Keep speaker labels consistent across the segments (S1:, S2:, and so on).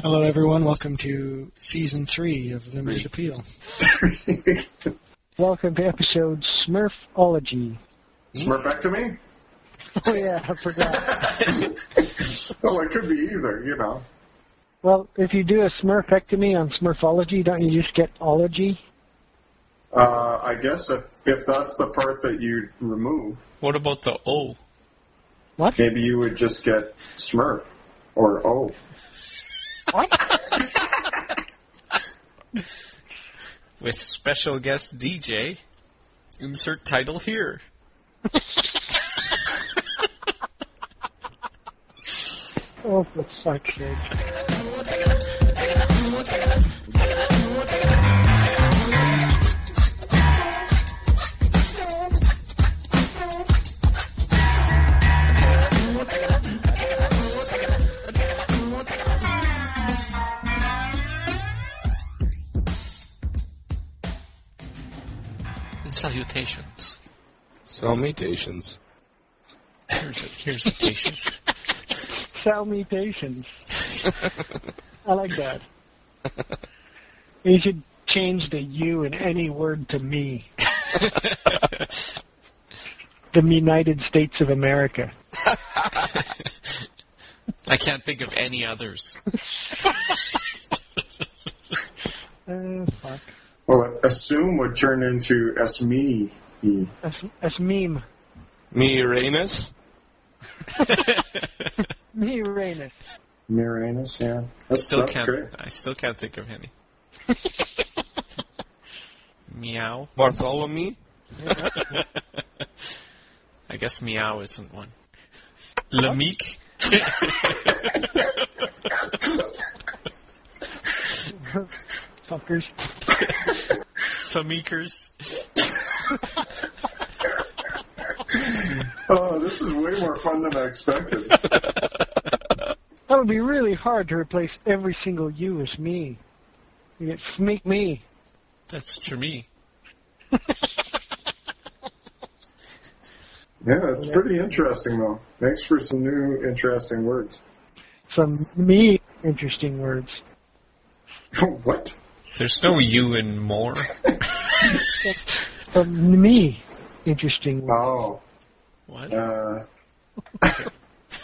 S1: Hello, everyone. Welcome to season three of Limited Appeal.
S2: Welcome to episode Smurfology.
S3: Smurfectomy?
S2: Oh yeah, I forgot.
S3: Well, it could be either, you know.
S2: Well, if you do a Smurfectomy on Smurfology, don't you just get ology?
S3: Uh, I guess if, if that's the part that you remove,
S4: What about the O?
S2: What?
S3: maybe you would just get Smurf or O.
S4: With special guest DJ. Insert title here.
S2: Oh, for fuck's sake!
S4: And salutations.
S5: Salutations.
S4: Here's a, here's a station.
S2: Salutations. I like that. You should change the you in any word to me. the United States of America.
S4: I can't think of any others.
S2: Uh, fuck.
S3: Well, assume would turn into E Esme.
S2: That's, that's meme.
S5: Me Uranus?
S2: Me Uranus.
S3: Miranus, yeah. That's,
S4: Still
S3: that's
S4: can't.
S3: great.
S4: I still can't think of any. meow.
S5: Bartholomew?
S4: I guess meow isn't one. Lameek.
S2: Fuckers.
S4: Fameekers.
S3: Oh, this is way more fun than I expected.
S2: That would be really hard to replace every single you as me. You get sneak me.
S4: That's Jeremy.
S3: yeah, it's pretty interesting, though. Thanks for some new interesting words.
S2: Some me interesting words.
S3: what?
S4: There's no you in more.
S2: Some me interesting words.
S3: Oh,
S4: What?
S3: uh,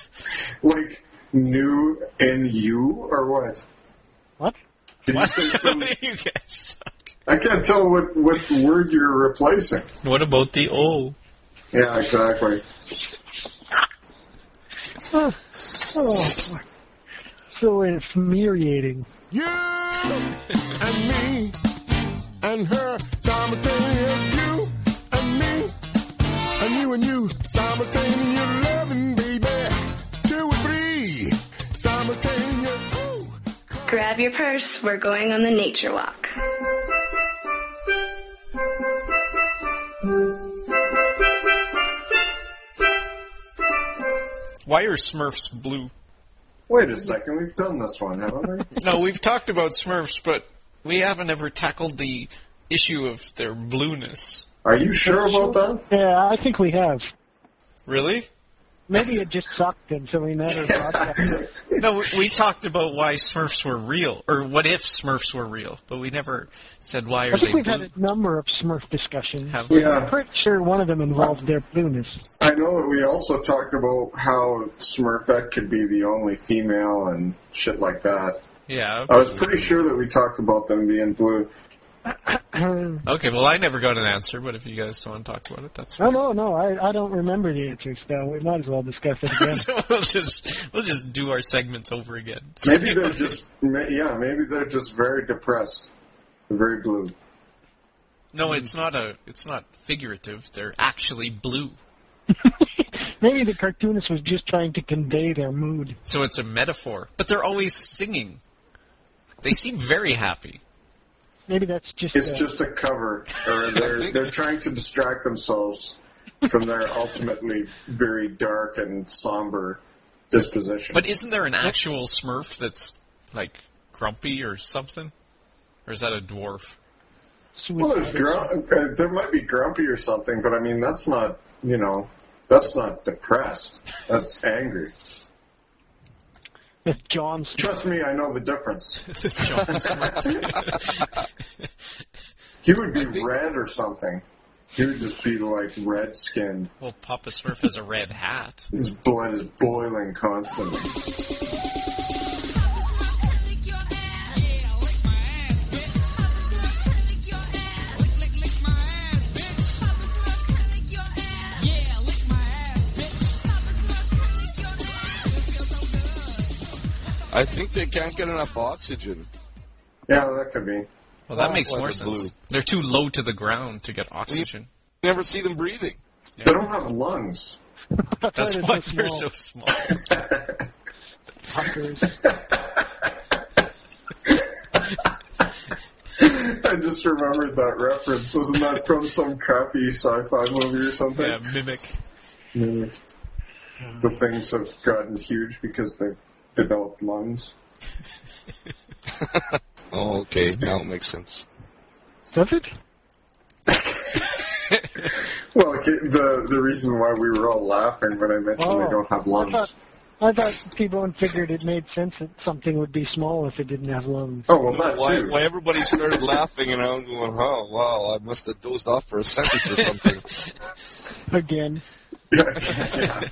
S3: like new and you or what?
S2: What?
S3: Did you
S4: What?
S3: say some?
S4: you guys suck.
S3: I can't tell what what word you're replacing.
S4: What about the O?
S3: Yeah, exactly.
S2: Oh, fuck. so infuriating.
S6: You and me and her simultaneous. You and me and you and you simultaneous loving, baby. Two or three simultaneous. Ooh.
S7: Grab your purse, we're going on the nature walk.
S4: Why are Smurfs blue?
S3: Wait a second, we've done this one, haven't we?
S4: No, we've talked about Smurfs, but we haven't ever tackled the issue of their blueness.
S3: Are you sure about that?
S2: Yeah, I think we have.
S4: Really?
S2: Maybe it just sucked and so we never broadcast it.
S4: No, we, we talked about why Smurfs were real, or what if Smurfs were real, but we never said why
S2: I
S4: are they
S2: think we've
S4: blue.
S2: had a number of Smurf discussions.
S4: Have we?
S2: I'm
S3: Yeah,
S2: pretty sure one of them involved their blueness.
S3: I know that we also talked about how Smurfette could be the only female and shit like that.
S4: Yeah.
S3: I was pretty sure that we talked about them being blue.
S2: no,
S4: Okay, well, I never got an answer, but if you guys don't want to talk about it, that's fine.
S2: no, no. I, I don't remember the answers, so we might as well discuss it again.
S4: so we'll just we'll just do our segments over again.
S3: Maybe they're just, ma- yeah, maybe they're just very depressed, very blue.
S4: no, it's not a it's not figurative. They're actually blue,
S2: Maybe the cartoonist was just trying to convey their mood.
S4: so it's a metaphor. But they're always singing. They seem very happy.
S2: Maybe that's just.
S3: It's
S2: uh,
S3: just a cover, or they're they're trying to distract themselves from their ultimately very dark and somber disposition.
S4: But isn't there an actual Smurf that's like grumpy or something? Or is that a dwarf?
S2: sweet.
S3: Well, there's grum- uh, there might be grumpy or something, but I mean that's not you know that's not depressed. That's angry.
S2: John Smith.
S3: Trust me, I know the difference.
S4: John Smurf.
S3: He would be red or something. He would just be like red skinned.
S4: well, Papa Smurf has a red hat.
S3: His blood is boiling constantly.
S5: I think they can't get enough oxygen.
S3: Yeah, that could be.
S4: Well, that
S5: Oh,
S4: makes
S5: well,
S4: more
S5: the
S4: sense.
S5: blue.
S4: They're too low to the ground to get oxygen.
S5: You never see them breathing.
S3: They don't have lungs.
S4: That's
S2: They're
S4: why
S2: so
S4: they're so
S2: small.
S4: small.
S2: Fuckers.
S3: I just remembered that reference. Wasn't that from some crappy sci fi movie or something?
S4: yeah, mimic.
S3: Maybe. The things have gotten huge because they've developed lungs.
S5: Oh, okay. Now it makes sense.
S2: Does it?
S3: Well, okay, the the reason why we were all laughing when I mentioned
S2: Oh.
S3: they don't have
S2: I thought,
S3: lungs.
S2: I thought T-Bone figured it made sense that something would be small if it didn't have lungs.
S3: Oh well, that
S5: Why,
S3: too.
S5: why everybody started laughing and I'm going, oh, wow, I must have dozed off for a sentence or something.
S2: Again.
S3: Yeah.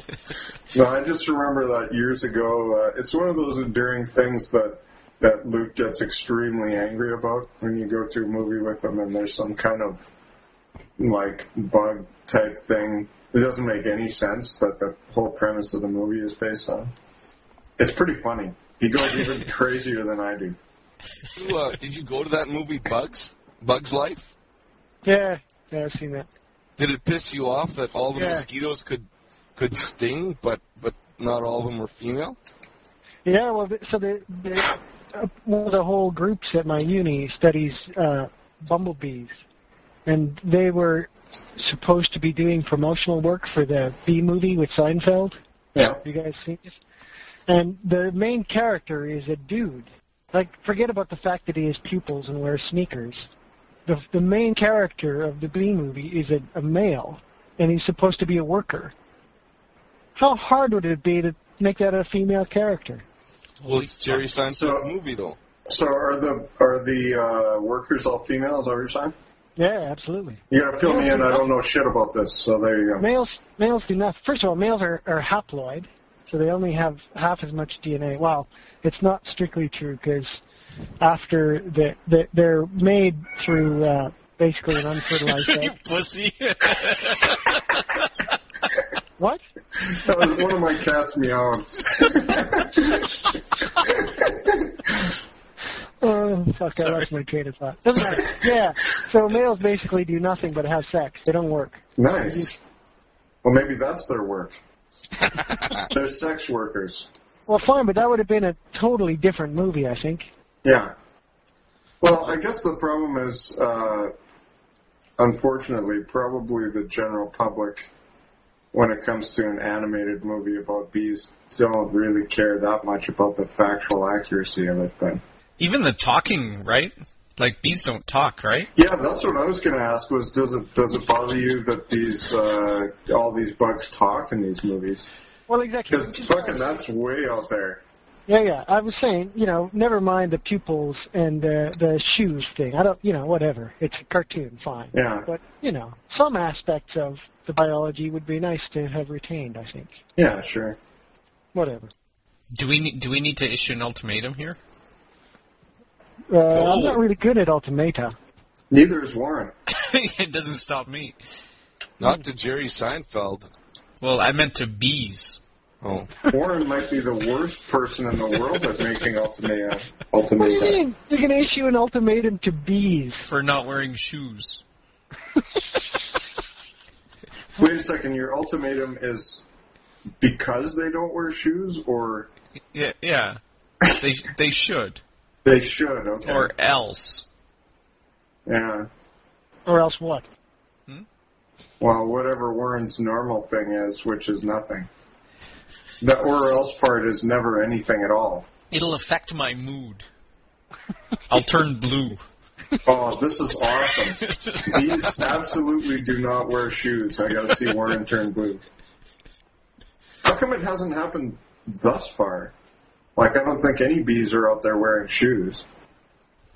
S3: No, I just remember that years ago. Uh, it's one of those enduring things that that Luke gets extremely angry about when you go to a movie with him, and there's some kind of like bug type thing. It doesn't make any sense that the whole premise of the movie is based on. It's pretty funny. He goes even crazier than I do.
S5: you, uh, did you go to that movie Bugs? Bugs Life?
S2: Yeah, yeah, I've seen that.
S5: Did it piss you off that all the
S2: Yeah.
S5: mosquitoes could could sting, but but not all of them were female?
S2: Yeah, well, th- so the, the, uh, one of the whole groups at my uni studies uh, bumblebees, and they were supposed to be doing promotional work for the B movie with Seinfeld.
S3: Yeah.
S2: You guys seen this? And the main character is a dude. Like, forget about the fact that he has pupils and wears sneakers. The, the main character of the B movie is a, a male, and he's supposed to be a worker. How hard would it be to make that a female character?
S5: Well, it's Jerry Seinfeld
S3: So-
S5: movie though.
S3: So are the are the uh, workers all female? Is that what you're saying?
S2: Yeah, absolutely.
S3: You gotta fill me in. I don't know shit about this. So there you go.
S2: Males males do not. First of all, males are, are haploid, so they only have half as much DNA. Well, it's not strictly true because after the, the they're made through uh, basically an unfertilized
S4: you
S2: egg.
S4: pussy.
S2: What?
S3: That was one of my cats meowing.
S2: Oh, fuck! I lost my train of thought. Doesn't matter. Yeah. So males basically do nothing but have sex. They don't work.
S3: Nice. Well, maybe that's their work. They're sex workers.
S2: Well, fine, but that would have been a totally different movie, I think.
S3: Yeah. Well, I guess the problem is, uh, unfortunately, probably the general public, when it comes to an animated movie about bees, don't really care that much about the factual accuracy of it. But
S4: Even the talking, right? Like bees don't talk, right?
S3: yeah, that's what I was going to ask: was does it does it bother you that these uh, all these bugs talk in these movies?
S2: Well, exactly.
S3: Because fucking, that's way out there.
S2: Yeah, yeah. I was saying, you know, never mind the pupils and the the shoes thing. I don't, you know, whatever. It's a cartoon, fine.
S3: Yeah.
S2: But you know, some aspects of the biology would be nice to have retained. I think.
S3: Yeah, sure.
S2: Whatever.
S4: Do we need, do we need to issue an ultimatum here?
S2: Uh, I'm not really good at ultimata.
S3: Neither is Warren.
S4: it doesn't stop me.
S5: Not to Jerry Seinfeld.
S4: Well, I meant to bees.
S5: Oh,
S3: Warren might be the worst person in the world at making ultimate
S2: What do you
S3: ultimate.
S2: mean? You're gonna issue an ultimatum to bees?
S4: For not wearing shoes.
S3: Wait a second, your ultimatum is because they don't wear shoes, or
S4: Yeah, yeah. they they should
S3: they should? Okay.
S4: or else.
S3: yeah.
S2: Or else what?
S3: Well, whatever Warren's normal thing is, which is nothing. The or else part is never anything at all.
S4: It'll affect my mood. I'll turn blue.
S3: Oh, this is awesome. These absolutely do not wear shoes. I gotta see Warren turn blue. How come it hasn't happened thus far? Like, I don't think any bees are out there wearing shoes.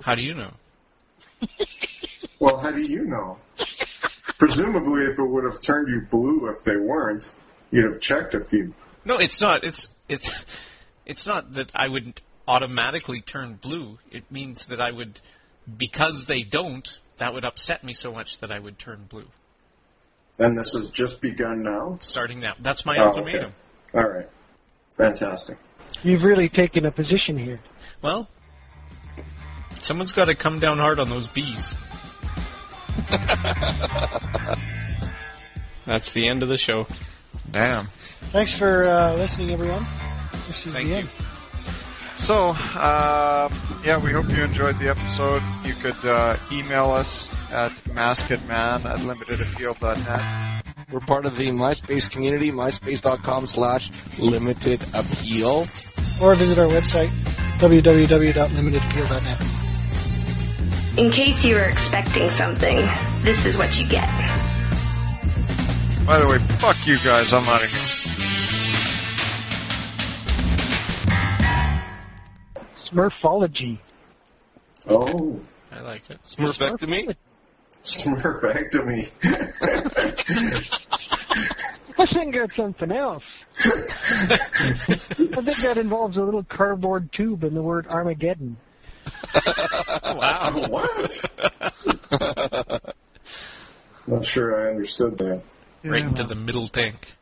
S4: How do you know?
S3: Well, how do you know? Presumably, if it would have turned you blue if they weren't, you'd have checked if you.
S4: No, it's not. It's it's it's not that I would automatically turn blue. It means that I would because they don't, that would upset me so much that I would turn blue.
S3: And this has just begun now?
S4: Starting now. That's my
S3: Oh, okay.
S4: ultimatum.
S3: All right. Fantastic.
S2: You've really taken a position here.
S4: Well, someone's got to come down hard on those bees.
S8: That's the end of the show.
S9: Damn.
S1: Thanks for uh, listening, everyone. This is
S4: Thank
S1: the
S4: you.
S1: end.
S9: So, uh, yeah, we hope you enjoyed the episode. You could uh, email us at maskedman at limitedappeal.net.
S5: We're part of the MySpace community, myspace.com slash limited appeal.
S1: Or visit our website, www.limitedappeal.net.
S7: In case you were expecting something, this is what you get.
S9: By the way, fuck you guys, I'm out of here.
S2: Smurfology.
S3: Oh,
S4: I like it.
S5: Smurfectomy?
S3: smurfectomy.
S2: I think that's something else. I think that involves a little cardboard tube and the word Armageddon.
S3: wow. What? Not sure I understood that.
S4: Right into the middle tank.